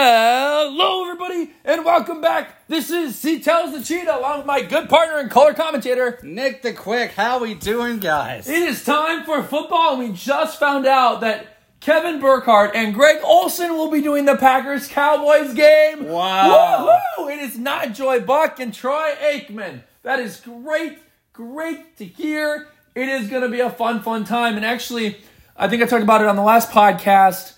Hello, everybody, and welcome back. This is C Tells the Cheetah, along with my good partner and color commentator. Nick the Quick, how we doing, guys? It is time for football, and we just found out that Kevin Burkhardt and Greg Olson will be doing the Packers Cowboys game. Wow. Woohoo! It is not Joy Buck and Troy Aikman. That is great, great to hear. It is going to be a fun, fun time. And actually, I think I talked about it on the last podcast.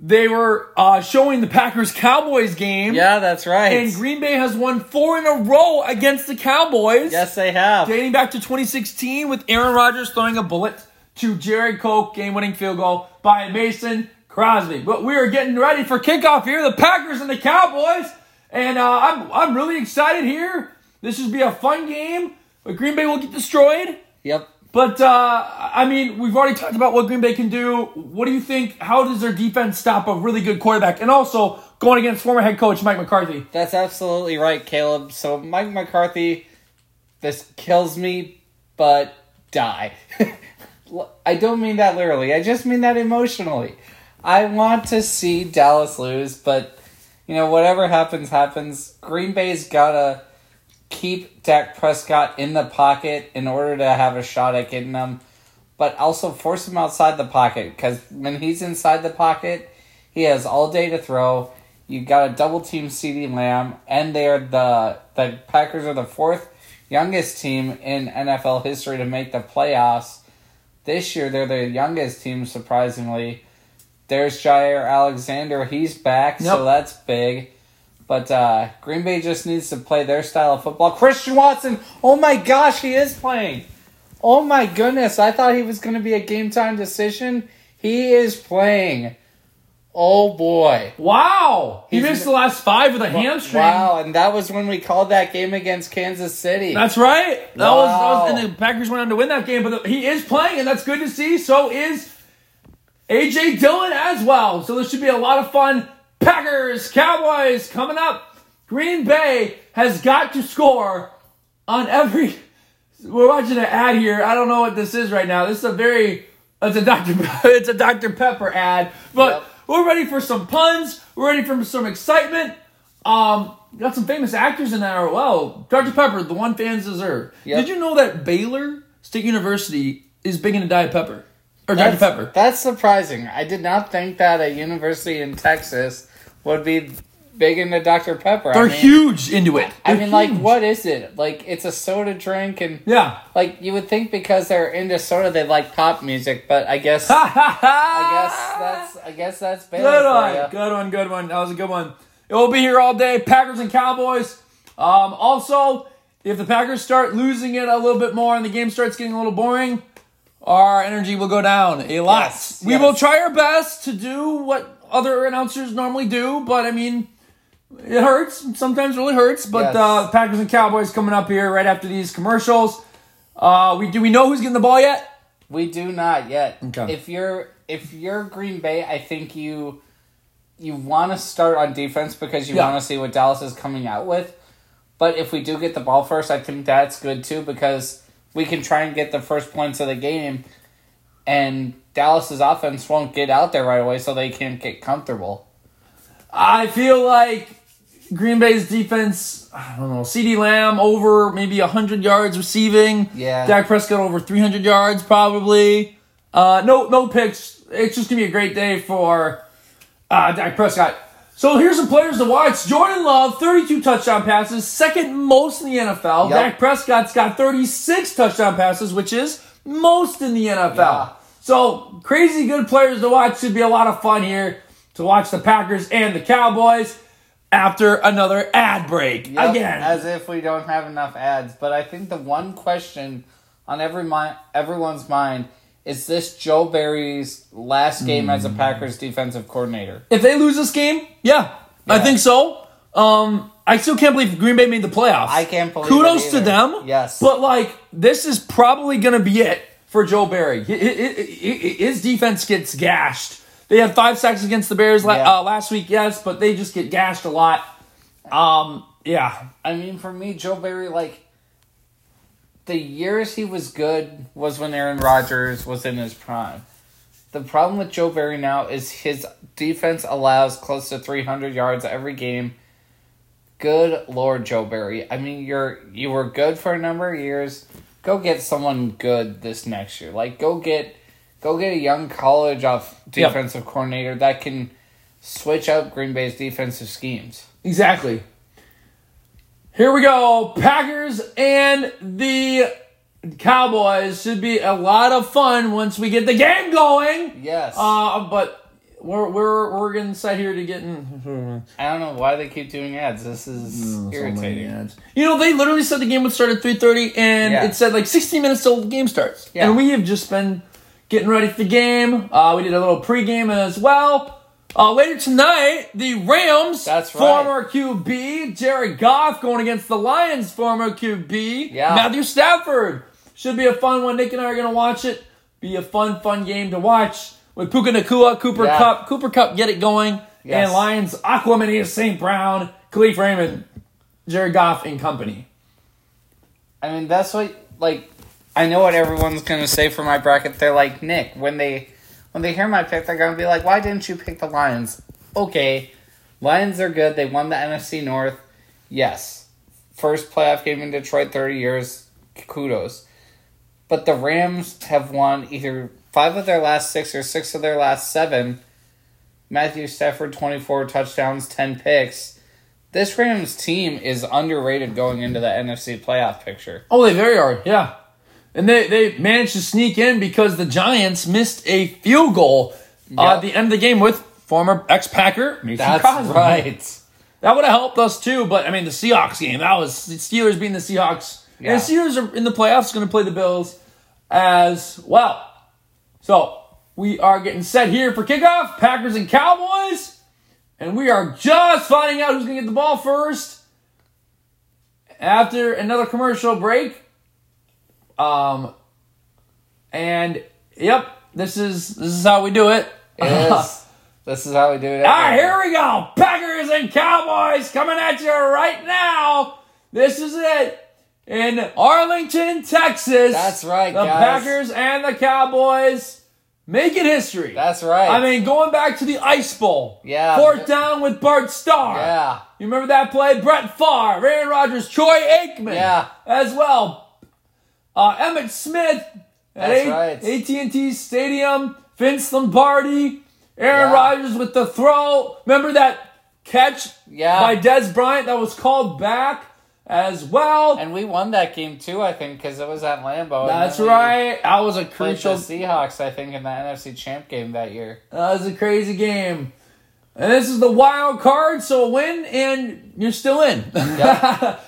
They were uh, showing the Packers Cowboys game. Yeah, that's And right. Green Bay has won four in a row against the Cowboys. Yes, they have. Dating back to 2016 with Aaron Rodgers throwing a bullet to Jared Koch, game winning field goal by Mason Crosby. But we are getting ready for kickoff here the Packers and the Cowboys. And uh, I'm, I'm really excited here. This should be a fun game, but Green Bay will get destroyed. Yep. But uh, I mean, we've already talked about what Green Bay can do. What do you think? How does their defense stop a really good quarterback? And also going against former head coach Mike McCarthy. That's absolutely right, Caleb. So, Mike McCarthy, this kills me, but die. L- I don't mean that literally, I just mean that emotionally. I want to see Dallas lose, but, you know, whatever happens, happens. Green Bay's gotta keep Dak Prescott in the pocket in order to have a shot at getting him, but also force him outside the pocket because when he's inside the pocket, he has all day to throw. You got a double team CeeDee Lamb, and they are the the Packers are the fourth youngest team in NFL history to make the playoffs. This year, they're the youngest team, surprisingly. There's Jair Alexander. He's back, Yep. so that's big. But uh, Green Bay just needs to play their style of football. Christian Watson, oh my gosh, he is playing. Oh my goodness, I thought he was going to be a game time decision. He is playing. Oh boy. Wow, he He's missed n- the last five with a hamstring. Wow, and that was when we called that game against Kansas City. That's right. That, was, that was, Wow. and the Packers went on to win that game. But the, he is playing, and that's good to see. So is AJ Dillon as well. So this should be a lot of fun. Packers, Cowboys coming up. Green Bay has got to score on every. We're watching an ad here. I don't know what this is right now. This is a very. It's a Dr. Pe- It's a Dr. Pepper ad, but Yep. we're ready for some puns. We're ready for some excitement. Um, got some famous actors in there. Well, Dr. Pepper, the one fans deserve. Yep. Did you know that Baylor State University is big into Diet Pepper or Dr. that's, Pepper? That's surprising. I did not think that a university in Texas would be big into Dr. Pepper. They're I mean, huge into it. I They're mean, like, huge. what is it? Like, it's a soda drink, and Yeah. like you would think because they're into soda, they like pop music. But I guess, I guess that's, I guess that's Good Baylor one, for you. good one, good one. That was a good one. It will be here all day. Packers and Cowboys. Um, also, if the Packers start losing it a little bit more and the game starts getting a little boring, our energy will go down a lot. Yes, we yes. will try our best to do what other announcers normally do, but I mean, it hurts. Sometimes really hurts. But Yes. uh, Packers and Cowboys coming up here right after these commercials. Uh, we do we know who's getting the ball yet? We do not yet. Okay. If you're if you're Green Bay, I think you you want to start on defense because you Yeah. want to see what Dallas is coming out with. But if we do get the ball first, I think that's good too because we can try and get the first points of the game, and Dallas's offense won't get out there right away, so they can't get comfortable. I feel like Green Bay's defense, I don't know, CD Lamb over maybe 100 yards receiving. Yeah. Dak Prescott over 300 yards probably. Uh, no, no picks. It's just going to be a great day for uh, Dak Prescott. So here's some players to watch. Jordan Love, 32 touchdown passes, second most in the NFL. Yep. Dak Prescott's got 36 touchdown passes, which is most in the NFL. Yeah. So crazy good players to watch. Should be a lot of fun here to watch the Packers and the Cowboys after another ad break. Yep, Again. as if we don't have enough ads. But I think the one question on every mi- everyone's mind is this Joe Barry's last game as Hmm. a Packers defensive coordinator. if they lose this game, yeah, I Yeah. think so. Um, I still can't believe Green Bay made the playoffs. I can't believe Kudos it to either. them. Yes. but like this is probably gonna be it for Joe Barry. Hi- hi- hi- hi- His defense gets gashed. They had five sacks against the Bears la- Yeah. uh, last week, yes, but they just get gashed a lot. Um, yeah, I mean, for me, Joe Barry, like the years he was good was when Aaron Rodgers was in his prime. The problem with Joe Barry now is his defense allows close to 300 yards every game. Good lord, Joe Barry. I mean, you're you were good for a number of years. Go get someone good this next year. Like go get go get a young college off Yep. defensive coordinator that can switch up Green Bay's defensive schemes. Exactly. Here we go. Packers and the Cowboys should be a lot of fun once we get the game going. Yes. Uh, but we're we're we're gonna sit here to getting I don't know why they keep doing ads. This is irritating. You know, they literally said the game would start at three thirty, and Yeah. it said like sixteen minutes till the game starts. Yeah. And we have just been getting ready for the game. Uh, we did a little pregame as well. Uh, later tonight, the Rams, That's right. former QB Jared Goff going against the Lions, former QB Yeah. Matthew Stafford. Should be a fun one. Nick and I are going to watch it. Be a fun, fun game to watch with Puka Nakua, Cooper Yeah. Cup, Cooper Cup, get it going. Yes. And Lions, Aquaman, St. Brown, Khalif Raymond, Jared Goff, and company. I mean, that's what like I know what everyone's gonna say for my bracket. They're like Nick when they when they hear my pick, they're gonna be like, "Why didn't you pick the Lions?" Okay, Lions are good. They won the NFC North. Yes, first playoff game in Detroit thirty years. Kudos. But the Rams have won either five of their last six or six of their last seven. Matthew Stafford twenty four touchdowns, ten picks. This Rams team is underrated going into the NFC playoff picture. Oh, they very are, yeah. And they, they managed to sneak in because the Giants missed a field goal uh, Yep. at the end of the game with former ex-Packer Mason That's Crosby. right. That would have helped us too, but I mean the Seahawks game, that was the Steelers beating the Seahawks. Yeah. And the Steelers are in the playoffs gonna play the Bills as well. So we are getting set here for kickoff, Packers and Cowboys, and we are just finding out who's gonna get the ball first. After another commercial break. Um and yep, this is this is how we do it. Yes. this is how Ah, we do it. All right, here we go. Packers and Cowboys coming at you right now. This is it in Arlington, Texas. That's right, The guys. Packers and the Cowboys making history. That's right. I mean, going back to the Ice Bowl. Yeah. Fourth down with Bart Starr. yeah. You remember that play? Brett Favre, Aaron Rodgers, Troy Aikman. Yeah. As well. Uh, Emmett Smith at That's right. AT&T Stadium. Vince Lombardi. Aaron Yeah. Rodgers with the throw. Remember that catch Yeah. by Des Bryant that was called back as well? And we won that game too, I think, because it was at Lambeau. and That's then we right. That was a played the crucial Seahawks, I think, in the NFC Champ game that year. That was a crazy game. And this is the wild card, so win and you're still in.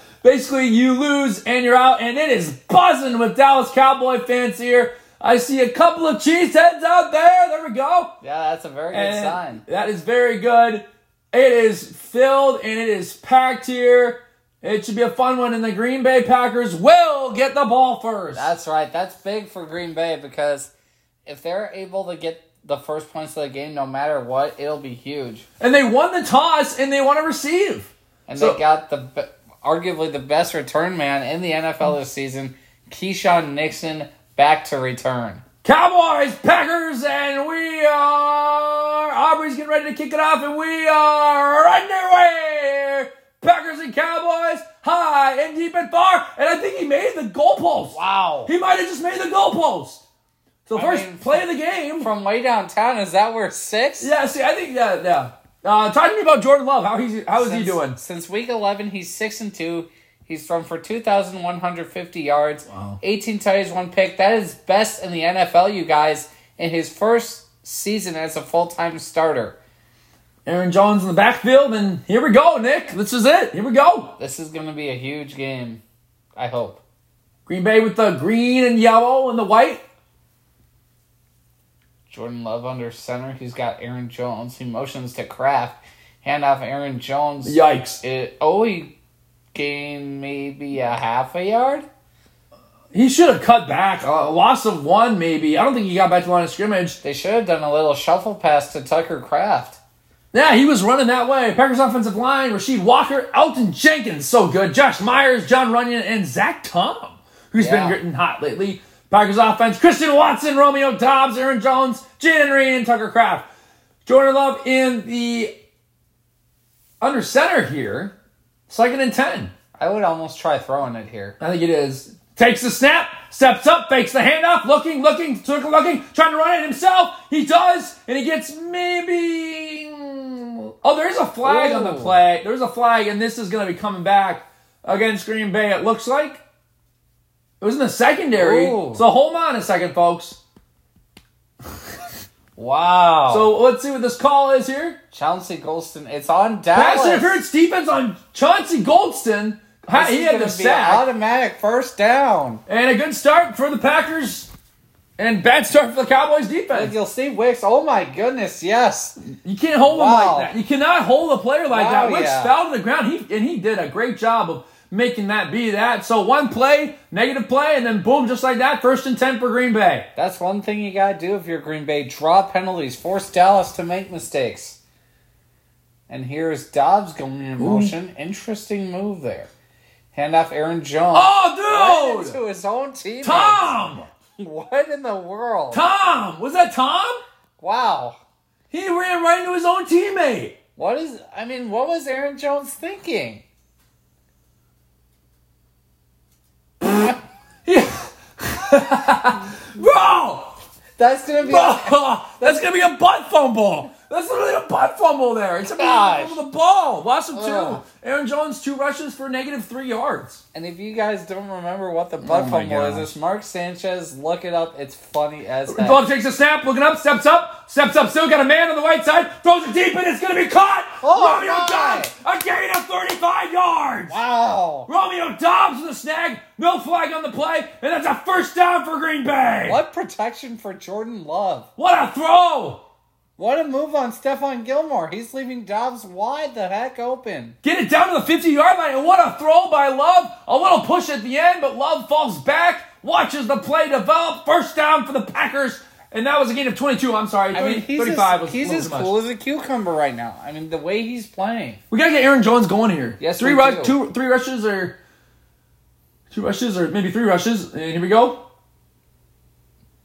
Basically, you lose and you're out, and it is buzzing with Dallas Cowboy fans here. I see a couple of cheese heads out there. There we go. Yeah, that's a very good And sign. That is very good. It is filled and it is packed here. It should be a fun one, and the Green Bay Packers will get the ball first. That's right. That's big for Green Bay because if they're able to get the first points of the game, no matter what, it'll be huge. and they won the toss, and they want to receive. And So- they got the be- arguably the best return man in the NFL this season, Keyshawn Nixon, back to return. Cowboys, Packers, and we are. Aubrey's getting ready to kick it off, and we are underway. Packers and Cowboys, high and deep and far, and I think he made the goalpost. Wow. He might have just made the goalpost. So first mean, play of the game. From way downtown, is that where six? yeah, see, I think yeah, yeah. Uh, talk to me about Jordan Love. How he's how is Since, he doing? Since week eleven, he's six and two. He's thrown for two thousand one hundred fifty yards, eighteen touchdowns, one pick. That is best in the NFL, you guys. In his first season as a full time starter, Aaron Jones in the backfield, and here we go, Nick. This is it. Here we go. this is going to be a huge game. I hope. Green Bay with the green and yellow and the white. Jordan Love under center. He's got Aaron Jones. He motions to Kraft. Hand off Aaron Jones. Yikes. It, oh, he gained maybe a half a yard. He should have cut back. A loss of one, maybe. I don't think he got back to the line of scrimmage. They should have done a little shuffle pass to Tucker Kraft. Yeah, he was running that way. Packers offensive line, Rasheed Walker, Elton Jenkins, so good. Josh Myers, John Runyon, and Zach Tom, who's Yeah. been getting hot lately. Packers offense, Christian Watson, Romeo Dobbs, Aaron Jones, Jaden Reed, and Tucker Kraft. Jordan Love in the under center here. Second and 10. I would almost try throwing it here. I think it is. Takes the snap, steps up, fakes the handoff, looking, looking, looking, looking, trying to run it himself. He does, and he gets maybe. Oh, there is a flag on the Ooh. play. There's a flag, and this is going to be coming back against Green Bay. It looks like it was in the secondary. Ooh. So hold on a second, folks. Wow. So So let's see what this call is here. Chauncey Golston, it's on Pass Dallas. interference defense on Chauncey Goldston. This He is had gonna the be sack. Automatic first down. And a good start for the Packers. And bad start for the Cowboys And defense. you'll see Wicks. Oh my goodness, yes. You can't hold Wow. him like that. You cannot hold a player like Wow, that. Wicks yeah. fell to the ground. He and he did a great job of making that be that. So one play, negative play, and then boom, just like that, first and ten for Green Bay. That's one thing you gotta do if you're Green Bay. Draw penalties. Force Dallas to make mistakes. And here's Dobbs going in motion. Interesting move there. Hand off Aaron Jones. Oh, Right dude! into his own team. Tom! What in the world? Tom! Was that Tom? Wow. He ran right into his own teammate. What is? I mean, what was Aaron Jones thinking? Bro! That's gonna be. Bro! That's gonna be a butt fumble. That's literally a butt fumble there. It's a Gosh. fumble the ball. Lost him two. Ugh. Aaron Jones two rushes for negative three yards. And if you guys don't remember what the butt Oh my fumble is, gosh. it's Mark Sanchez. Look it up. It's funny as heck. Glove takes a snap, looking up, steps up, steps up, still got a man on the right side, throws it deep, and it's gonna be caught! Oh, Romeo my. Dobbs! A gain of 35 yards! Wow. Romeo Dobbs with a snag, no flag on the play, and that's a first down for Green Bay! What protection for Jordan Love? What a throw! What a move on Stefan Gilmore. He's leaving Dobbs wide the heck open. Get it down to the 50 yard line, and what a throw by Love. A little push at the end, but Love falls back, watches the play develop. First down for the Packers, and that was a gain of 22. I'm sorry, I mean, he's 35 as, was a he's little as too much. cool as a cucumber right now. I mean, the way he's playing. We gotta get Aaron Jones going here. Yes, three we rush, do. two, three rushes, or two rushes, or maybe three rushes. And here we go.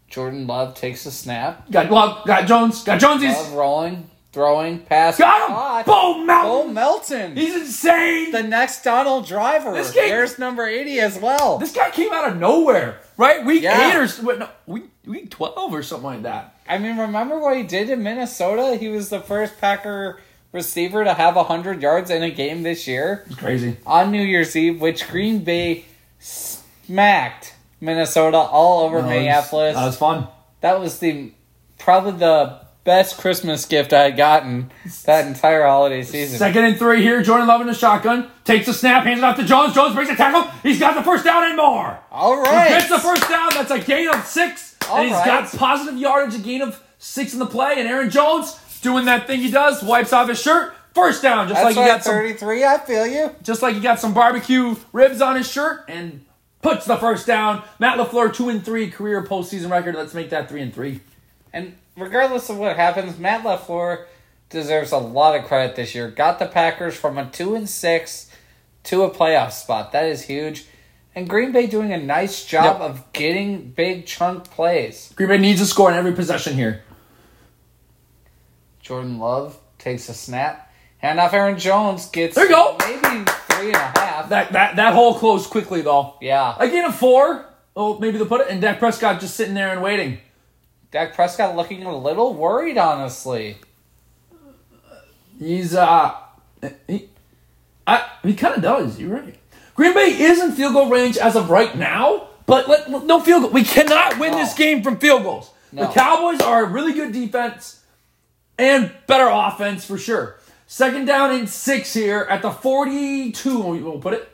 Jordan Love takes a snap. Got Love, got Jones, got Love Jonesies, rolling, throwing, pass. got him. caught. Bo Bo Mountain. Melton. He's insane. the next Donald Driver. This game- There's number 80 as well. this guy came out of nowhere, right? Week Yeah. eight or s- what, no, week week twelve or something like that. I mean, remember what he did in Minnesota? He was the first Packer receiver to have 100 yards in a game this year It's crazy. on New Year's Eve, which Green Bay smacked Minnesota all over Minneapolis. That was fun. that was the probably the best Christmas gift I had gotten that entire holiday season. Second and three here. Jordan Love in the shotgun. Takes the snap, hands it off to Jones. Jones breaks a tackle. He's got the first down and more. all He right. Gets the first down. That's a gain of six. All and he's right. got positive yardage, a gain of six in the play. And Aaron Jones doing that thing he does, wipes off his shirt. First down, just like That's he right, got some 33. I feel you. just like he got some barbecue ribs on his shirt and puts the first down. Matt LaFleur, two and three, career postseason record. Let's make that three and three. And regardless of what happens, Matt LaFleur deserves a lot of credit this year. Got the Packers from a two and six to a playoff spot. That is huge. And Green Bay doing a nice job Yep. of getting big chunk plays. Green Bay needs a score in every possession here. Jordan Love takes a snap. Hand off Aaron Jones gets There you go. maybe three and a half. That that that hole closed quickly though. yeah. A gain of four. Oh, maybe they'll put it. And Dak Prescott just sitting there and waiting. Dak Prescott looking a little worried, honestly. He's uh, he, I, he kind of does. You're right. Green Bay is in field goal range as of right now, but let, no field goal. We cannot win this No. game from field goals. The No. Cowboys are a really good defense and better offense for sure. Second down and six here at the 42. We'll put it.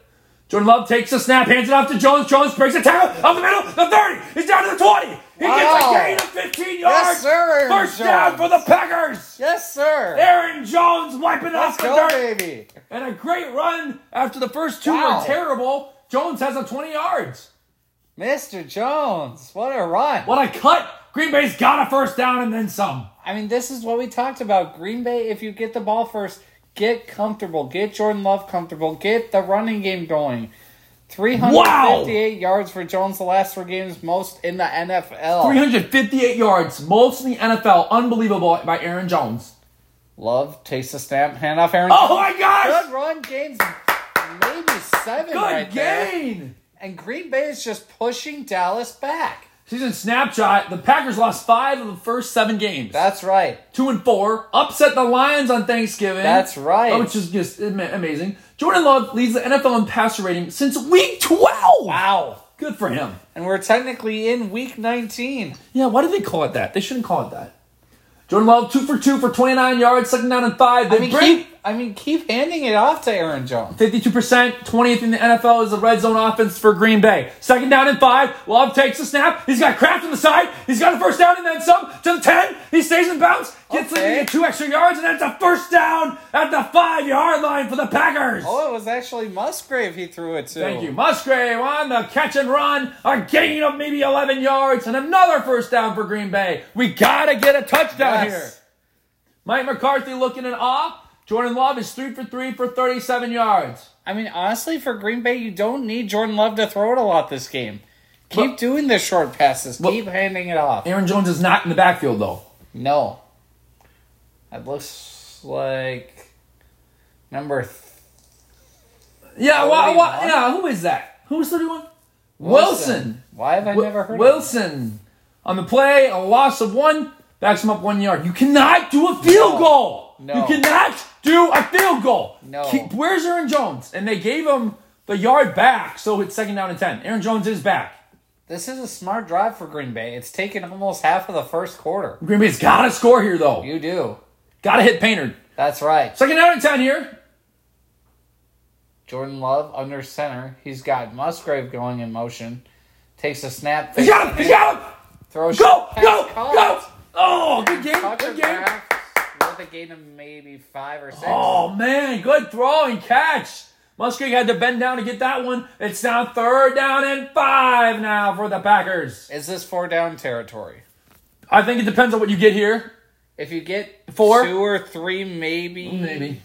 Jordan Love takes the snap, hands it off to Jones. Jones breaks a tackle up the middle, the 30. He's down to the 20. He gets a Wow. gain of 15 yards. sir, Aaron First down Jones. for the Packers. Yes, sir. Aaron Jones wiping it off Let's the go, dirt. baby. And a great run after the first two Wow. were terrible. Jones has a 20 yards. Mr. Jones, what a run. What a cut. Green Bay's got a first down and then some. I mean, this is what we talked about. Green Bay, if you get the ball first, get comfortable. Get Jordan Love comfortable. Get the running game going. 358 yards for Jones the last three games, most in the NFL. 358 yards, most in the NFL. Unbelievable by Aaron Jones. Love takes the snap, handoff Aaron. Oh my gosh! Good run, gains maybe seven Good right there. gain! And Green Bay is just pushing Dallas back. Season snapshot: The Packers lost five of the first seven games. That's right. Two and four upset the Lions on Thanksgiving. That's right. Oh, which is just ama- amazing. Jordan Love leads the NFL in passer rating since week 12. Wow. Good for him. And we're technically in week 19. Yeah, why do they call it that? They shouldn't call it that. Jordan Love, two for two for 29 yards, second down and five. They I mean, break keep, I mean, keep handing it off to Aaron Jones. 52%, 20th in the NFL is the red zone offense for Green Bay. Second down and five. Love takes the snap. He's got Kraft on the side. He's got a first down and then some to the 10. He stays in bounds. Gets Okay. leading to two extra yards, and that's a first down at the five yard line for the Packers. Oh, it was actually Musgrave he threw it to. Thank you. Musgrave on the catch and run. A gain of maybe 11 yards and another first down for Green Bay. We got to get a touchdown Yes. here. Mike McCarthy looking in awe. Jordan Love is three for three for 37 yards. I mean, honestly, for Green Bay, you don't need Jordan Love to throw it a lot this game. Keep Well- doing the short passes. Well- keep handing it off. Aaron Jones is not in the backfield, though. No. That looks like number. Th- Yeah, wha- wha- 31? yeah who is that? Who's 31? Wilson. Wilson. Why have I Wi- never heard of Wilson. On the play, a loss of one, backs him up one yard. You cannot do a field No. goal. No. You cannot do a field goal. No. Keep- where's Aaron Jones? And they gave him the yard back, so it's second down and 10. Aaron Jones is back. This is a smart drive for Green Bay. It's taken almost half of the first quarter. Green Bay's got to score here, though. You do. Got to hit Painter. That's right. Second down and 10 here. Jordan Love under center. He's got Musgrave going in motion. Takes a snap. He got him. He got him. Throws Go, pass go, caught. go. Oh, good game. Tucker Good game. Kraft with a gain of maybe five or six. Oh man, good throw and catch. Musgrave had to bend down to get that one. It's now third down and five now for the Packers. Is this four down territory? I think it depends on what you get here. If you get Four? two or three, maybe,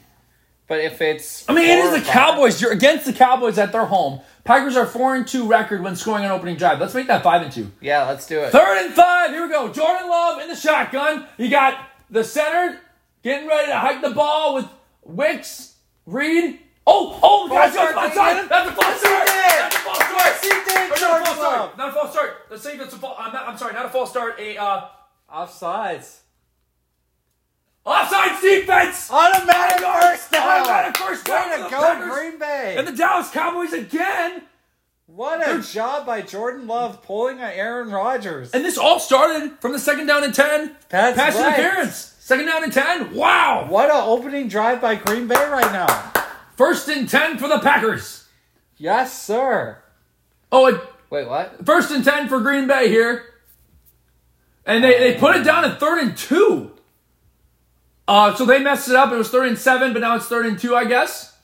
But if it's, I mean, it four is or the five- Cowboys. You're against the Cowboys at their home. Packers are four and two record when scoring on opening drive. Let's make that five and two. Yeah, let's do it. Third and five. Here we go. Jordan Love in the shotgun. You got the center getting ready to hike the ball with Wicks, Reed. Oh, oh, that's a false start. That's a false start. That's a false start. Yes, he did, Or not a Jordan false start. Love. Not a false start. Let's see if it's a false. I'm, not- I'm sorry, not a false start. A uh, Offsides. offside defense. Automatic first down. Automatic first down for Way to the go, Packers. Green Bay. And the Dallas Cowboys again. what a job by Jordan Love pulling on Aaron Rodgers. And this all started from the second down and ten. That's Pass right. interference. Second down and ten. Wow. What an opening drive by Green Bay right now. First and ten for the Packers. Yes, sir. Oh, it, Wait, what? first and ten for Green Bay here, and they, they put it down at third and two. Uh, so they messed it up. It was third and seven, but now it's third and two, I guess.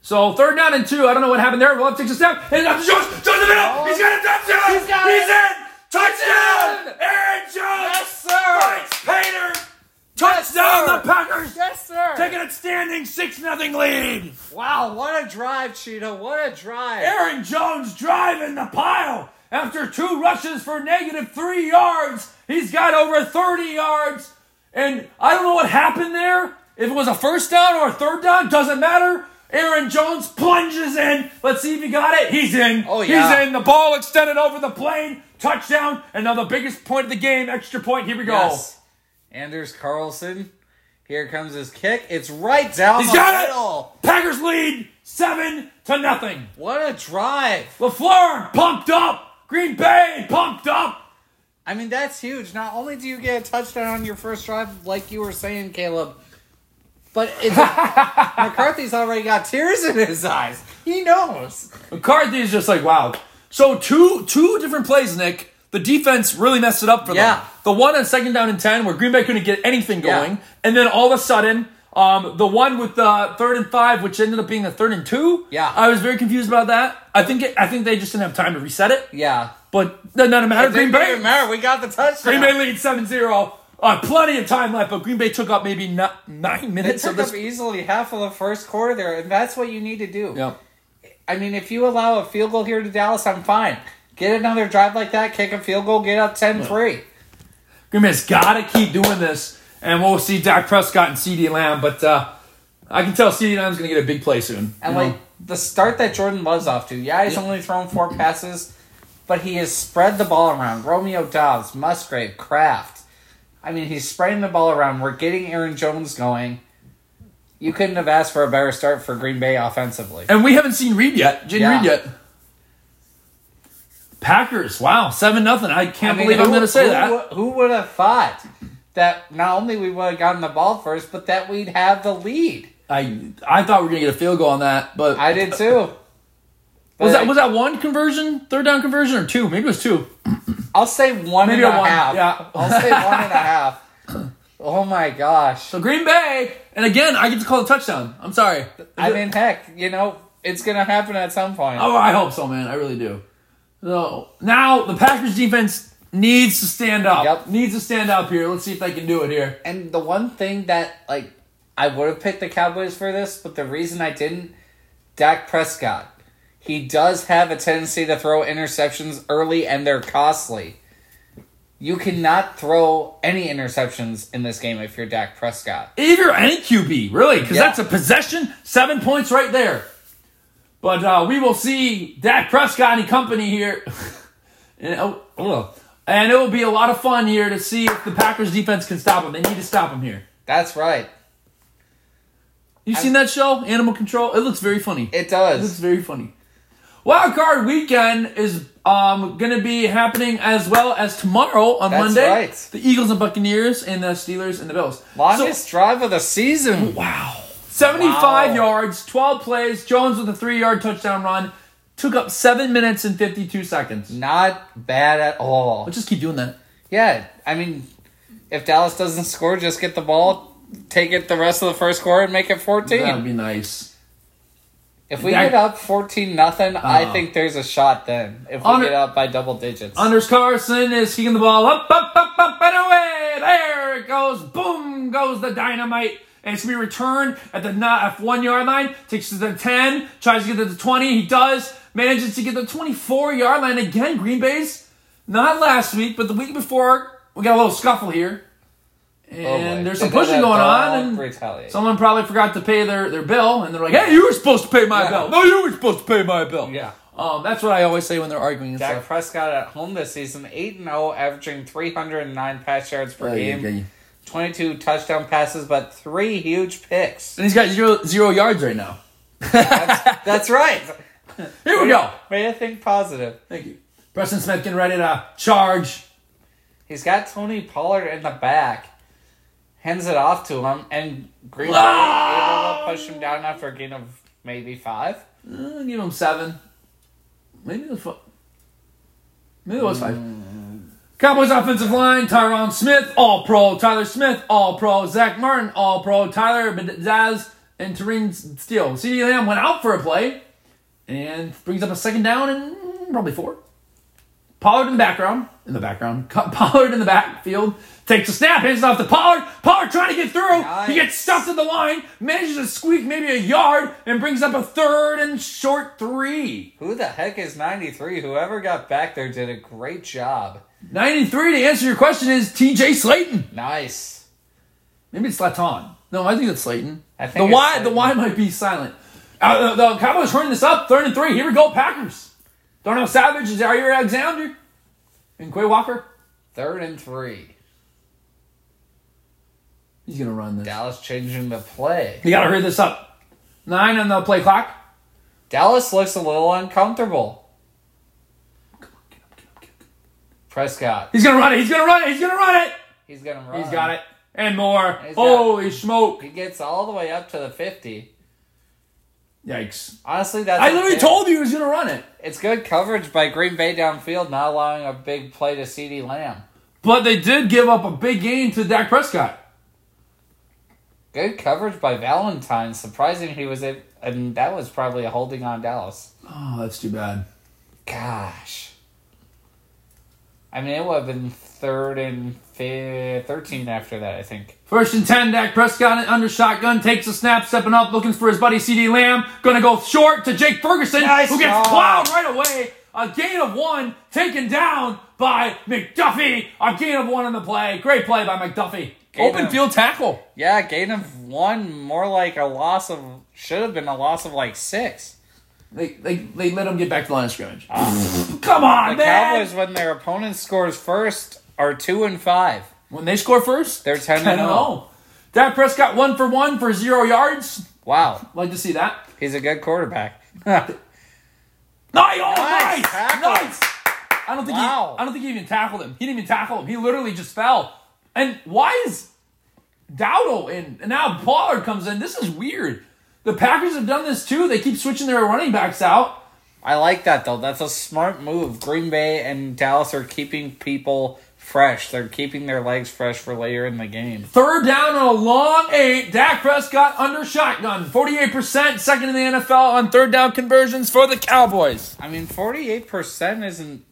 So third down and two. I don't know what happened there. Love takes a step, and Jones Jones in the middle. He's got a touchdown. He's got He's it. in. Touchdown, Touchdown. Aaron Jones. Yes, sir. Mike Painter. Touchdown, sir. the Packers. Yes, sir. Taking a standing six nothing lead. Wow, what a drive, Cheetah. What a drive. Aaron Jones driving the pile after two rushes for negative three yards. He's got over 30 yards. And I don't know what happened there. If it was a first down or a third down, doesn't matter. Aaron Jones plunges in. Let's see if he got it. He's in. Oh, yeah. He's in. The ball extended over the plane. Touchdown. And now the biggest point of the game. Extra point. Here we go. Yes. Anders Carlson. Here comes his kick. It's right down He's the got it. middle. Packers lead seven to nothing. What a drive. LaFleur pumped up. Green Bay pumped up. I mean, that's huge. Not only do you get a touchdown on your first drive, like you were saying, Caleb, but it's McCarthy's already got tears in his eyes. He knows. McCarthy is just like wow. So two two different plays, Nick. The defense really messed it up for Yeah. them. The one on second down and ten, where Green Bay couldn't get anything Yeah. going, and then all of a sudden, um, the one with the third and five, which ended up being the third and two. Yeah. I was very confused about that. I think it, I think they just didn't have time to reset it. Yeah. But that doesn't matter. Green Green Bay, Matter. We got the Green touchdown. Bay leads 7-0. Uh, plenty of time left, but Green Bay took up maybe ni- nine It minutes took of this. up easily half of the first quarter there, and that's what you need to do. Yeah. I mean, if you allow a field goal here to Dallas, I'm fine. Get another drive like that, kick a field goal, get up 10 3. Green Bay's got to keep doing this, and we'll see Dak Prescott and CD Lamb. But uh, I can tell CD Lamb's going to get a big play soon. And, you know? like, the start that Jordan Love's off to, yeah, he's only thrown four passes, but he has spread the ball around. Romeo Dobbs, Musgrave, Kraft. I mean, he's spreading the ball around. We're getting Aaron Jones going. You couldn't have asked for a better start for Green Bay offensively. and we haven't seen Reed yet. Didn't Yeah. Reed yet. Packers, wow, seven nothing. I can't mean, believe I'm who- going to say who that. wou- Who would have thought that not only we would have gotten the ball first, but that we'd have the lead? I I thought we were going to get a field goal on that, but I did too. Uh, was But that was that one conversion, third down conversion, or two? Maybe it was two. I'll say one and Maybe a a one, half. yeah. I'll say one and a half. Oh my gosh! So Green Bay, and again, I get to call the touchdown. I'm sorry. I mean, heck, you know it's gonna happen at some point. Oh, I hope so, man. I really do. So now the Packers defense needs to stand up. Yep. Needs to stand up here. Let's see if they can do it here. And the one thing that like I would have picked the Cowboys for this, but the reason I didn't, Dak Prescott. He does have a tendency to throw interceptions early and they're costly. You cannot throw any interceptions in this game if you're Dak Prescott. Either any QB, really, because Yeah. that's a possession, seven points right there. But uh, we will see Dak Prescott and company here. and, oh, oh. and it will be a lot of fun here to see if the Packers defense can stop him. They need to stop him here. That's right. You seen that show, Animal Control? It looks very funny. It It's does. very funny. Wild card weekend is um, going to be happening as well as tomorrow on That's Monday. right. The Eagles and Buccaneers and the Steelers and the Bills. Longest drive of the season. So, wow. 75 Wow. yards, 12 plays. Jones with a three yard touchdown run. Took up seven minutes and 52 seconds. Not bad at all. Let's just keep doing that. Yeah, I mean, if Dallas doesn't score, just get the ball, take it the rest of the first quarter, and make it 14. That would be nice. If we That- get up fourteen nothing, I Uh, think there's a shot then. If we Under- get up by double digits, Anders Carlson is kicking the ball up, up, up, up, and away. There it goes. Boom goes the dynamite. And it's going to be returned at the not, at one yard line. Takes it to the 10, tries to get to the 20. He does. Manages to get the 24 yard line again. Green Bay's not last week, but the week before. We got a little scuffle here. Oh And there's some pushing going on. And retaliate. Someone probably forgot to pay their, their bill, and they're like, "Hey, you were supposed to pay my Yeah. bill." No, you were supposed to pay my bill. Yeah. um, that's what I always say when they're arguing. And Dak stuff. Prescott at home this season, eight and zero, averaging three hundred and nine pass yards per Ay, game, ay, ay. twenty two touchdown passes, but three huge picks. And he's got zero, zero yards right now. That's, that's right. Here we go. Way to think positive. Thank you. Preston Smith getting ready to charge. He's got Tony Pollard in the back, hands it off to him, and Green Bay Ah! able to push him down after a gain of maybe five. Uh, give him seven. Maybe it was five. Maybe it was five. Mm. Cowboys offensive line, Tyron Smith, all pro. Tyler Smith, all pro. Zach Martin, all pro. Tyler Zaz and Tareen Steele. CeeDee Lamb went out for a play and brings up a second down and probably four. Pollard in the background, in the background, Co- Pollard in the backfield takes a snap, hands it off to Pollard. Pollard trying to get through. He Nice. gets stuffed at the line, manages to squeak maybe a yard, and brings up a third and short three. Who the heck is 93? Whoever got back there did a great job. 93 to answer your question is TJ Slayton. Nice. Maybe it's Laton. No, I think it's Slayton. I think the it's Y the Slayton. Y might be silent. Uh, the, the Cowboys turning this up, third and three. Here we go, Packers. Darnell Savage is Zaire Alexander and Quay Walker. Third and three. He's gonna run this. Dallas changing the play. You gotta hurry this up. Nine on the play clock. Dallas looks a little uncomfortable. Prescott. He's gonna run it. He's gonna run it. He's gonna run it. He's going to run. He's got it and more. He's got it. Holy smoke! He gets all the way up to the 50. Yikes! Honestly, that's. I literally it. told you he was gonna run it, It's good coverage by Green Bay downfield, not allowing a big play to CeeDee Lamb. but they did give up a big gain to Dak Prescott. Good coverage by Valentine. Surprising he was in. And that was probably a holding on Dallas. Oh, that's too bad. Gosh. I mean, it would have been third and fifth, 13 after that, I think. First and 10, Dak Prescott under shotgun takes a snap, stepping up, looking for his buddy CD Lamb. Gonna go short to Jake Ferguson, Nice who gets job. plowed right away. A gain of one, taken down by McDuffie. A gain of one on the play. Great play by McDuffie. Gain Open of- field tackle. Yeah, gain of one, more like a loss of, should have been a loss of like six. They, they, they let him get back to the line of scrimmage. Come on, Ah. The man. Cowboys, when their opponent scores first, are two and five. When they score first, They're 10 I and don't oh. 0. know. Dak Prescott one for one for zero yards. Wow, Like to see that. he's a good quarterback. Nice, oh, Nice nice, tackle. nice. I don't think Wow. he. I don't think he even tackled him. He didn't even tackle him. He literally just fell. And why is Dowdle in? And now Pollard comes in. This is weird. The Packers have done this too. They keep switching their running backs out. I like that though. That's a smart move. Green Bay and Dallas are keeping people fresh. They're keeping their legs fresh for later in the game. Third down on a long eight. Dak Prescott under shotgun, forty-eight percent, second in the NFL on third down conversions for the Cowboys. I mean, forty eight percent isn't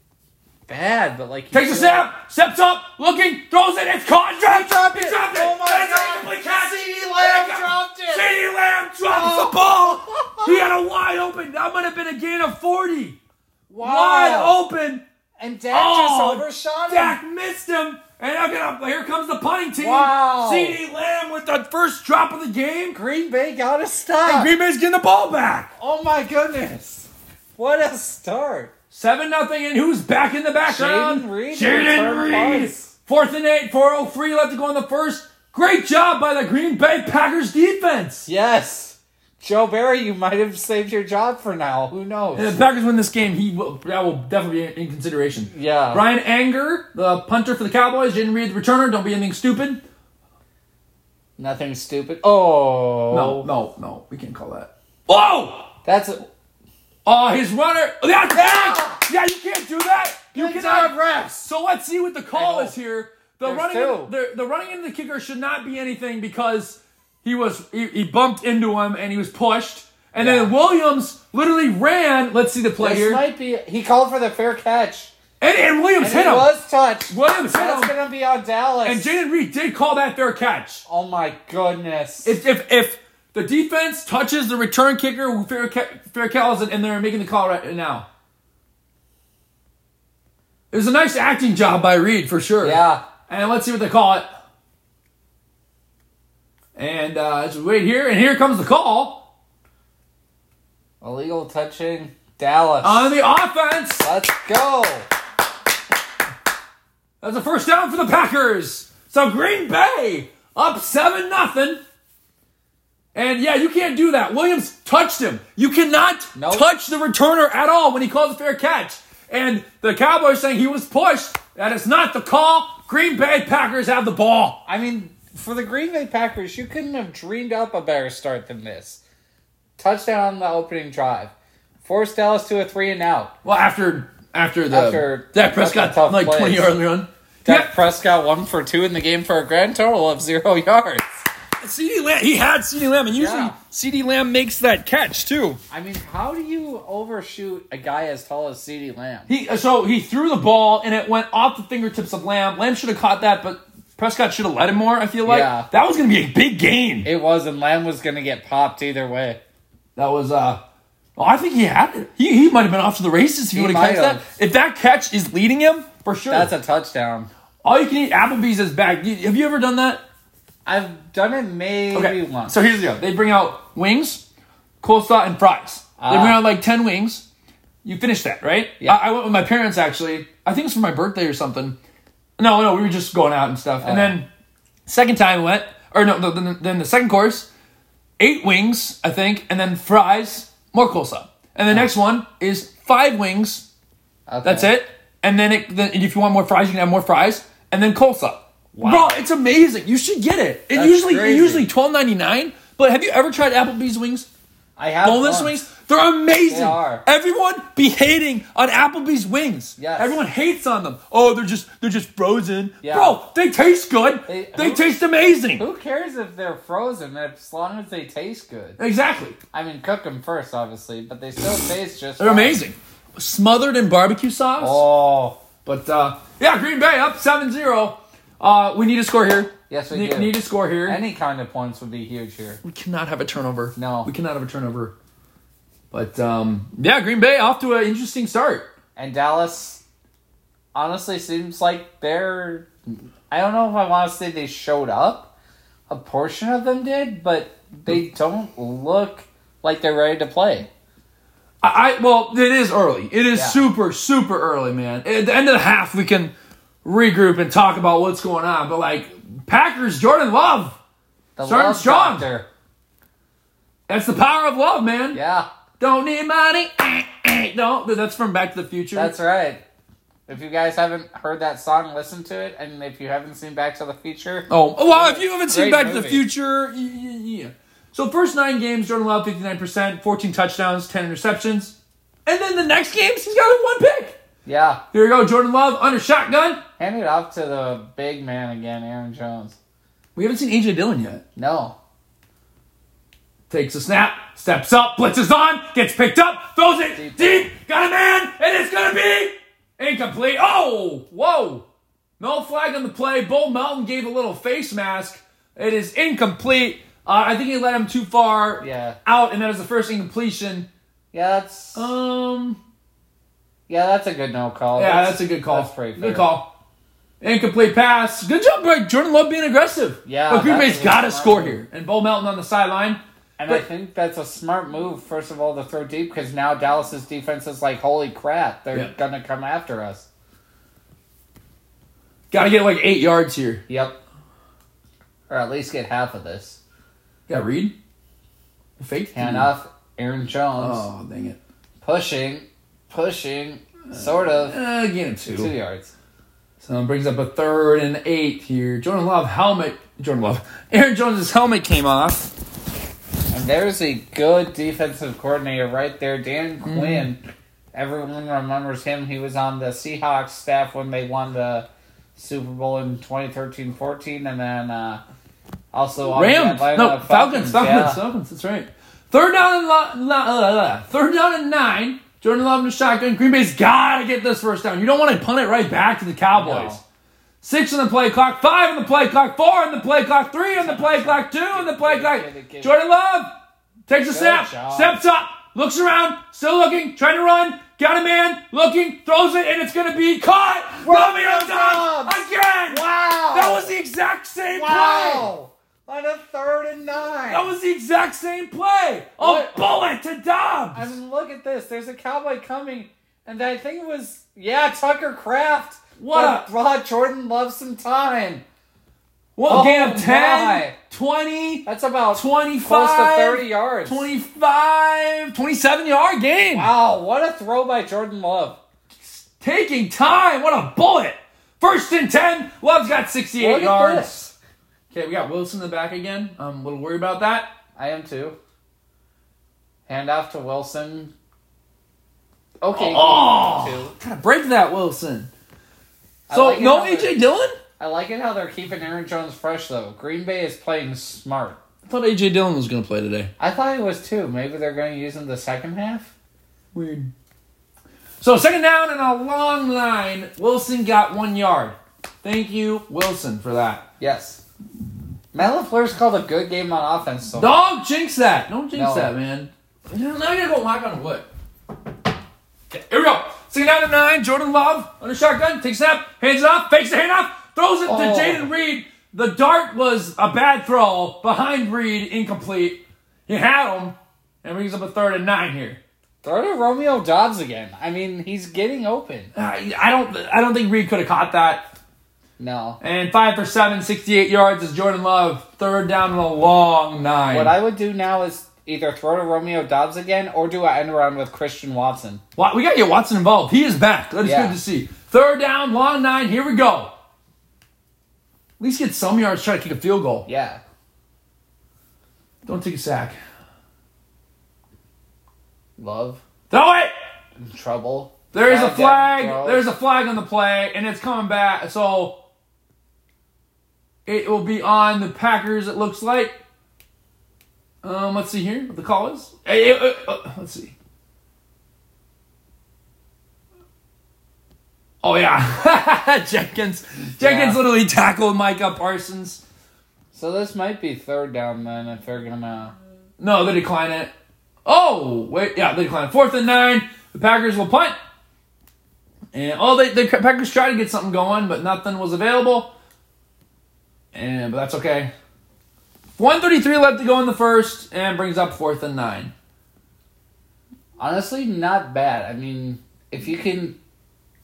bad, but like you Takes a said- snap, steps up, looking, throws it, it's caught, dropped, dropped it, dropped it. Oh my That's God. a complete catch. CeeDee Lamb Pick up. dropped it. Oh. CeeDee Lamb drops the ball. He had a wide open. That might have been a gain of 40. Wow. Wide open. and Dak Oh, just overshot him. Dak missed him. And now get up. Here comes the punting team. Wow. CeeDee Lamb with the first drop of the game. Green Bay got to stop. Green Bay's getting the ball back. oh my goodness! What a start! 7 nothing, and who's back in the background? Jaden Reed returned Jaden Reed. punts. Fourth and eight, 403 left to go in the first. Great job by the Green Bay Packers defense. Yes, Joe Barry, you might have saved your job for now. Who knows? If the Packers win this game, he will, that will definitely be in consideration. Yeah. Brian Anger, the punter for the Cowboys, Jaden Reed, the returner. Don't be anything stupid. Nothing stupid. Oh, No, no, no. We can't call that. Whoa! that's a, Oh, his runner. Oh, That's back! Yeah, you can't do that. You Good cannot. job, refs. So let's see what the call I know. is here. The There's running, two. the, the running into the kicker should not be anything because he was he, he bumped into him and he was pushed. And Yeah. then Williams literally ran. Let's see the play This here. might be. He called for the fair catch. and, and Williams And hit it him. was touched. Williams hit That's him. gonna be on Dallas. And Jaden Reed did call that fair catch. oh my goodness. If if, if the defense touches the return kicker, fair ca- fair call is and they're making the call right now. It was a nice acting job by Reed for sure. yeah. And let's see what they call it. And uh, let's wait here, and here comes the call Illegal touching Dallas. on the offense. Let's go. That's a first down for the Packers. So Green Bay up seven nothing. And yeah, you can't do that. Williams touched him. You cannot Nope. touch the returner at all when he calls a fair catch. And the Cowboys saying he was pushed. That is not the call. Green Bay Packers have the ball. I mean, for the Green Bay Packers, you couldn't have dreamed up a better start than this. Touchdown on the opening drive. Force Dallas to a three and out. Well, after after the After- Dak Prescott after tough like plays. twenty yard run. Dak yeah, Prescott one for two in the game for a grand total of zero yards. CD Lamb. He had CD Lamb, and usually Yeah. CD Lamb makes that catch too. I mean, how do you overshoot a guy as tall as CeeDee Lamb? He uh, so he threw the ball, and it went off the fingertips of Lamb. Lamb should have caught that, but Prescott should have let him more. I feel like Yeah. that was going to be a big game. It was, and Lamb was going to get popped either way. That was. uh well, I think he had it. He, he might have been off to the races if he, He would have catch might that. have. If that catch is leading him, for sure. That's a touchdown. All you can eat Applebee's is back. You- Have you ever done that? I've done it maybe Okay. once. So here's the deal. They bring out wings, coleslaw, and fries. They Ah. bring out like 10 wings. You finish that, right? Yeah. I, I went with my parents actually. I think it's for my birthday or something. No, no, we were just going out and stuff. And then second time went, or no, the, the, then the second course, eight wings, I think, and then fries, more coleslaw. And the next one is five wings. Okay. That's it. And then, it, then if you want more fries, you can have more fries, and then coleslaw. Bro, it's amazing. You should get it. It That's usually it crazy. usually twelve ninety nine. But have you ever tried Applebee's wings? I have Boneless once. wings? They're amazing. They are. Everyone be hating on Applebee's wings. Yes. Everyone hates on them. Oh, they're just they're just frozen. Yeah. Bro, they taste good. They, They- who- taste amazing. Who cares if they're frozen as long as they taste good? Exactly. I mean, cook them first, obviously, but they still taste just They're fine. amazing. Smothered in barbecue sauce. Oh, But uh, yeah, Green Bay up 7-0. Uh, we need a score here. Yes, we need, do. Need a score here. Any kind of points would be huge here. we cannot have a turnover. No. we cannot have a turnover. But um, yeah, Green Bay off to an interesting start. And Dallas honestly seems like they're I don't know if I want to say they showed up. A portion of them did, but they don't look like they're ready to play. I, I well, it is early. It is Yeah. super super early, man. At the end of the half, we can regroup and talk about what's going on. But like Packers, Jordan Love, The Starting love strong. doctor. that's the power of love, man. Yeah, Don't need money. eh, eh. No, that's from Back to the Future. that's right. If you guys haven't heard that song, listen to it. And if you haven't seen Back to the Future, Oh, well, if you haven't seen Great Back to the movie. Future, y- y- yeah. So first nine games, Jordan Love fifty nine percent, fourteen touchdowns, ten interceptions, and then the next games he's got a one pick. yeah, Here we go, Jordan Love under shotgun. hand it off to the big man again, Aaron Jones. We haven't seen AJ Dillon yet. No, Takes a snap, steps up, blitzes on, gets picked up, throws it deep, Deep. got a man, and it's gonna be incomplete. Oh, whoa! No flag on the play. Bull Melton gave a little face mask. It is incomplete. Uh, I think he let him too far Yeah. out, and that is the first incompletion. yeah, that's Um, yeah, that's a good no call. yeah, that's, a good call. That's pretty fair. good call. Incomplete pass. Good job, Greg. Jordan Love being aggressive. Yeah, but Green that's Bay's a got to good call. score here, and Bull Melton on the sideline. And I But- think that's a smart move, first of all, to throw deep because now Dallas's defense is like, holy crap, they're Yeah. gonna come after us. Got to get like eight yards here. Yep. Or at least get half of this. Yeah, Reed. Fake. Hand three. off Aaron Jones Hmm. Oh, dang it. pushing, pushing, sort of Uh, get him two. two yards. So it brings up a third and eight here. Jordan Love helmet. Jordan Love. Aaron Jones' helmet came off. And there's a good defensive coordinator right there, Dan Mm-hmm. Quinn. Everyone remembers him. He was on the Seahawks staff when they won the Super Bowl in 2013-14, and then uh, also on Rams. the Atlanta No, Falcons. Falcons. yeah. Falcons. That's right. Third down and lo- lo- uh, uh, third down and nine. Jordan Love in the shotgun. Green Bay's got to get this first down. You don't want to punt it right back to the Cowboys. No. Six on the play clock, five on the play clock, four on the play clock, three on the play clock, two on the play clock. Jordan Love takes a snap, job. steps up, looks around, still looking, trying to run, got a man, looking, throws it, and it's going to be caught. Romeo Dobbs Dobbs. again. Wow. That was the exact same play. Wow! On a third and nine. That was the exact same play. A What? bullet to Dobbs. I mean, look at this. There's a cowboy coming, and I think it was yeah Tucker Craft. What But a- brought Jordan Love some time. well, Oh game of 10, my. 20, That's about 25, close to thirty yards. 25, 27 yard game. Wow! What a throw by Jordan Love. Taking time. What a bullet. First and 10. Love's got 68 Look yards. at this. Okay, we got Wilson in the back again. I'm a little worried about that. I am too. Hand off to Wilson. Okay. Oh, two. gotta break that Wilson. I So like it no how they're- AJ Dillon. I like it how they're keeping Aaron Jones fresh though. Green Bay is playing smart. I thought AJ Dillon was gonna play today. I thought it was two. Maybe they're going to use him the second half. Weird. So second down and a long line. Wilson got one yard. Thank you, Wilson, for that. Yes. Matt LaFleur's called a good game on offense. So Dog, jinx that. Don't jinx No. that, man. Now now I gotta go knock on wood. Okay, here we go. Second down and nine. Jordan Love on a shotgun. Takes snap. Hands it off. Fakes the handoff. Throws it Oh. to Jaden Reed. The dart was a bad throw behind Reed, incomplete. He had him, and brings up a third and nine here. Throw to Romeo Dobbs again. I mean, he's getting open. I I don't. I don't think Reed could have caught that. No. And five for seven, 68 yards is Jordan Love. Third down and a long nine. What I would do now is either throw to Romeo Dobbs again or do an end around with Christian Watson. Wa- we got to get Watson involved. He is back. That is Yeah. good to see. Third down, long nine. Here we go. At least get some yards. Try to kick a field goal. Yeah. Don't take a sack. Love. Throw it. In trouble. There is a Goddamn flag. throw. There's a flag on the play, and it's coming back. So it will be on the Packers. It looks like. Um, let's see here. What the call is? Eh, eh, eh, uh, let's see. Oh yeah, Jenkins. Jenkins Yeah. literally tackled Micah Parsons. So this might be third down then if they're gonna. No, they decline it. Oh wait, yeah, they decline. it. Fourth and nine. The Packers will punt. And oh, they the Packers tried to get something going, but nothing was available. And but that's okay. One thirty three left to go in the first, and brings up fourth and nine. Honestly, not bad. I mean, if you can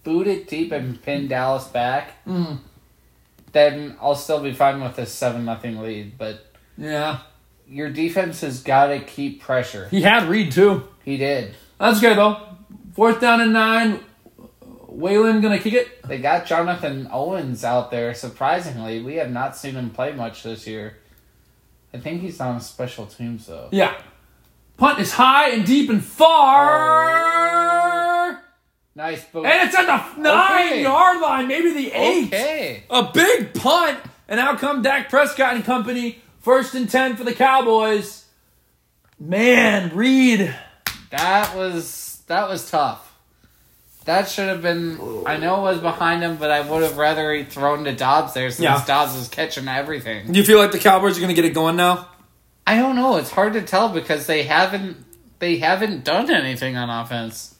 boot it deep and pin Dallas back, Mhm. then I'll still be fine with this seven nothing lead. But Yeah, your defense has got to keep pressure. he had Reed too. He did. That's okay though. Fourth down and nine. Waylon gonna kick it. They got Jonathan Owens out there. Surprisingly, we have not seen him play much this year. I think he's on special teams though. Yeah. Punt is high and deep and far. Nice boot. And it's at the nine Okay. yard line, maybe the eight. Okay. A big punt. And out come Dak Prescott and company. First and 10 for the Cowboys. Man, Reed. That was that was tough. That should have been. I know it was behind him, but I would have rather he thrown to Dobbs there since Yeah. Dobbs was catching everything. Do you feel like the Cowboys are going to get it going now? I don't know. It's hard to tell because they haven't they haven't done anything on offense.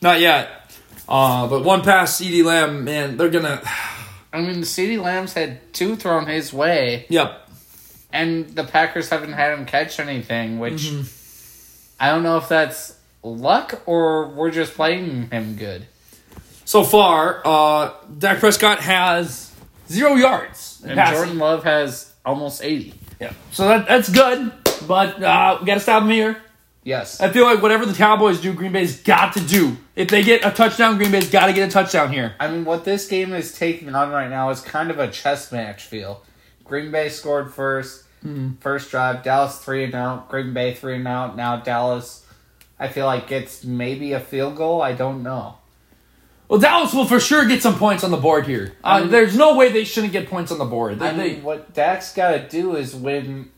Not yet. Uh, but one pass, CD Lamb, man, they're going to. I mean, Ceedee Lamb's had two thrown his way, Yep. and the Packers haven't had him catch anything. Which I don't know if that's luck or we're just playing him good. So far, uh, Dak Prescott has zero yards. in And passing. Jordan Love has almost eighty. Yeah. So that, that's good, but uh, we got to stop him here. Yes. I feel like whatever the Cowboys do, Green Bay's got to do. If they get a touchdown, Green Bay's got to get a touchdown here. I mean, what this game is taking on right now is kind of a chess match feel. Green Bay scored 1st first drive. Dallas three and out. Green Bay three and out. Now Dallas, I feel like gets maybe a field goal. I don't know. Well, Dallas will for sure get some points on the board here. Uh, there's no way they shouldn't get points on the board. They, I mean, they- what Dak's got to do is when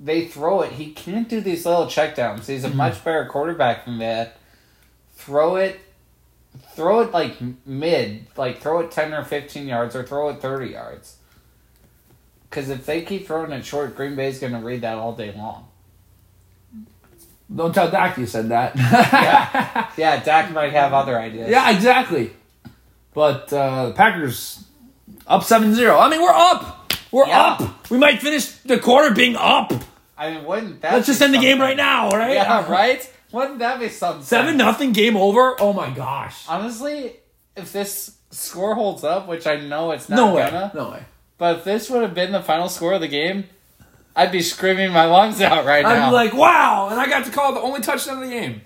they throw it, he can't do these little checkdowns. He's a Mm-hmm. much better quarterback than that. Throw it, throw it like m- mid, like throw it ten or fifteen yards, or throw it thirty yards. Because if they keep throwing it short, Green Bay's going to read that all day long. don't tell Dak you said that. Yeah, Dak might have other ideas. Yeah, exactly. But uh, the Packers up 7-0. I mean, we're up. We're Yeah. up. We might finish the quarter being up. I mean, wouldn't that? Let's be just end the game something? right now, right? Yeah, right. Wouldn't that be something? Seven nothing game over. Oh my gosh. Honestly, if this score holds up, which I know it's not No way. gonna, No way. But if this would have been the final score of the game, I'd be screaming my lungs out right I'd now. be like, wow, and I got to call the only touchdown of the game.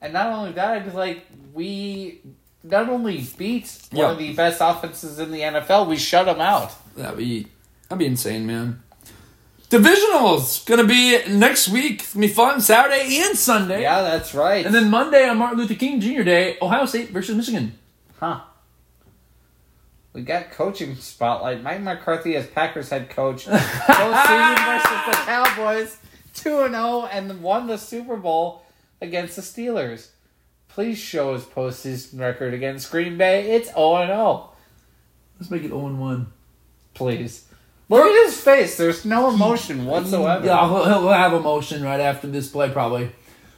and not only that, I'd be like, we not only beat one Yeah. of the best offenses in the NFL, we shut them out. That'd be that'd be insane, man. Divisionals gonna be next week. It's gonna be fun Saturday and Sunday. Yeah, that's right. And then Monday on Martin Luther King Jr. Day, Ohio State versus Michigan. huh. We got coaching spotlight. Mike McCarthy as Packers head coach. Joe Sweeney versus the Cowboys, 2 and 0, and won the Super Bowl against the Steelers. Please show his postseason record against Green Bay. It's 0 and oh. 0. Let's make it 0-1. Please. Look at his face. There's no emotion whatsoever. Yeah, he'll, he'll have emotion right after this play, probably.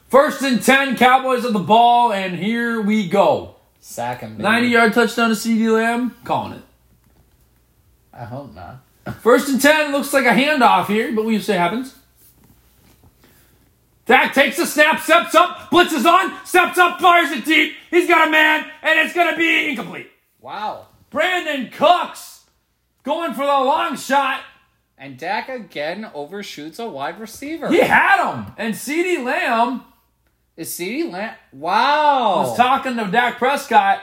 First and 10, Cowboys of the ball, and here we go. Sack him. baby. 90 yard touchdown to CD Lamb. Calling it. I hope not. First and 10, looks like a handoff here, but we'll see what happens. Dak takes the snap, steps up, blitzes on, steps up, fires it deep. He's got a man, and it's going to be incomplete. Wow. Brandon Cooks going for the long shot. And Dak again overshoots a wide receiver. He had him. And CeeDee Lamb Is CeeDee Lamb? Wow. was talking to Dak Prescott.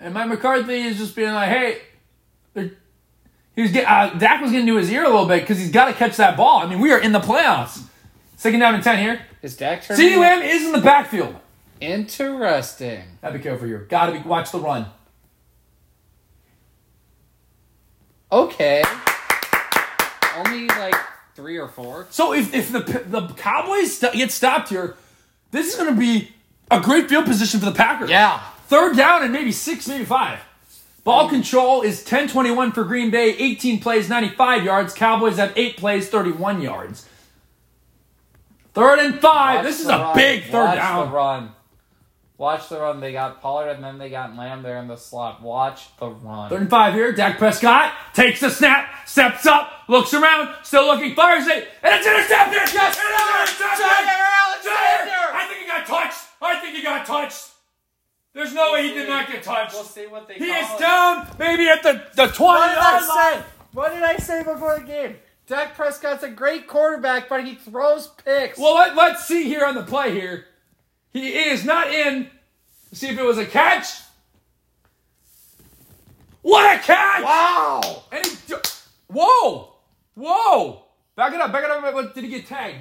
And Mike McCarthy is just being like, hey, they're- he was get, uh, Dak was getting to his ear a little bit because he's got to catch that ball. I mean, we are in the playoffs. Second down and 10 here. Is Dak turning? CeeDee Lamb is in the backfield. Interesting. Gotta be careful here. Gotta be watch the run. Okay. Only like three or four. So if, if the the Cowboys st- get stopped here, this is going to be a great field position for the Packers. Yeah. Third down and maybe six, maybe five. Ball control is 10 21 for Green Bay, 18 plays, 95 yards. Cowboys have 8 plays, 31 yards. Third and five. Watch this is the a run. big third Watch down. the run. Watch the run. They got Pollard and then they got Lamb there in the slot. Watch the run. Third and five here. Dak Prescott takes the snap, steps up, looks around, still looking, fires it, and it's intercepted! Yes, it's intercepted! Tyler Alexander! Tyler! I think he got touched! I think he got touched! There's no way he did not get touched. We'll see what they He call is it. down, maybe at the, the 20 What did yard I line. say? What did I say before the game? Dak Prescott's a great quarterback, but he throws picks. Well, let, let's see here on the play here. He is not in. Let's see if it was a catch. What a catch! wow! And he, d- whoa, whoa! Back it up, back it up. What- Did he get tagged?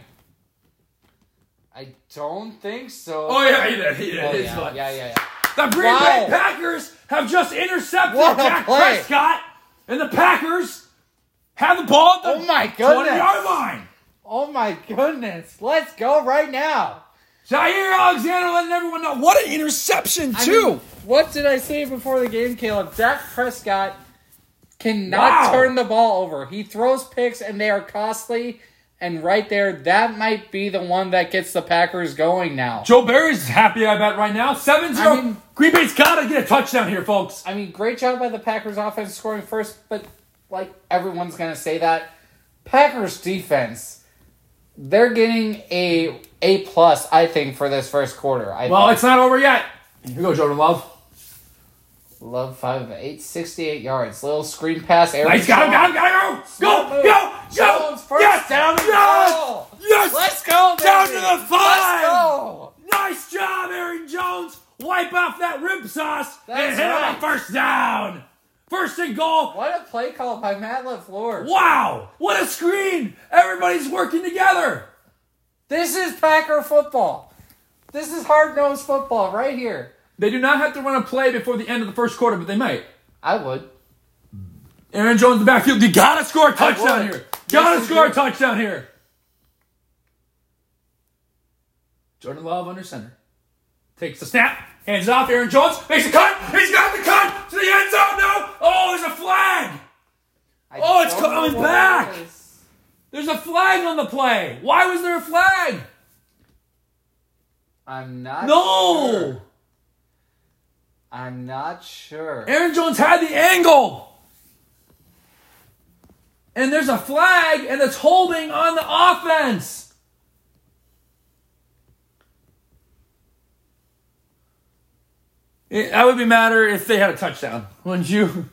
I don't think so. Oh yeah, he did. He did. Oh, It's yeah, fine. yeah, yeah, yeah. The Green Bay Wow. Packers have just intercepted What a Dak play. Prescott, and the Packers have the ball at the Oh, my goodness. twenty-yard line. Oh my goodness. Let's go right now. Jair Alexander letting everyone know what an interception I too. mean, what did I say before the game, Caleb? Dak Prescott cannot Wow. turn the ball over. He throws picks and they are costly. And right there, that might be the one that gets the Packers going now. Joe Barry's happy, I bet, right now. 7 0. I mean- Green Bay's got to get a touchdown here, folks. I mean, great job by the Packers offense scoring first, but like everyone's gonna say that. Packers defense, they're getting a A plus, I think, for this first quarter. I Well, think. it's not over yet. Here we go, Jordan Love. Love five of eight, 68 yards. Little screen pass. Aaron Nice, got him, got him, got him. Go, go, go, go. Jones, first yes, down and yes, goal. yes. Let's go, baby. Down to the five. Let's go. Nice job, Aaron Jones. Wipe off that rib sauce and That's hit right. him a first down. First and goal. What a play call by Matt LaFleur. Wow, what a screen. Everybody's working together. This is Packer football. This is hard nosed football right here. They do not have to run a play before the end of the first quarter, but they might. I would. Aaron Jones in the backfield. You gotta score a touchdown would. here. Gotta Yes, you score a do. touchdown here. Jordan Love under center. Takes the snap. Hands off. Aaron Jones makes a cut. He's got the cut to the end zone. No. Oh, there's a flag. I Oh, it's don't know coming what back. it is. There's a flag on the play. Why was there a flag? I'm not. No. sure. I'm not sure. Aaron Jones had the angle. And there's a flag, and it's holding on the offense. It- That would be matter if they had a touchdown, wouldn't you?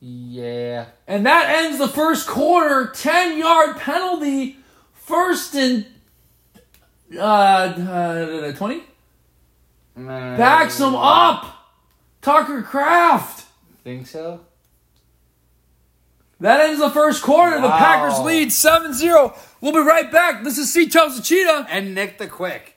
Yeah. And that ends the first quarter. 10 yard penalty. First and. Uh, uh, 20? Mm, Backs him up. Tucker Craft. Think so? That ends the first quarter. The Wow. Packers lead 7 0. We'll be right back. This is C Chelsea Cheetah. And Nick the Quick.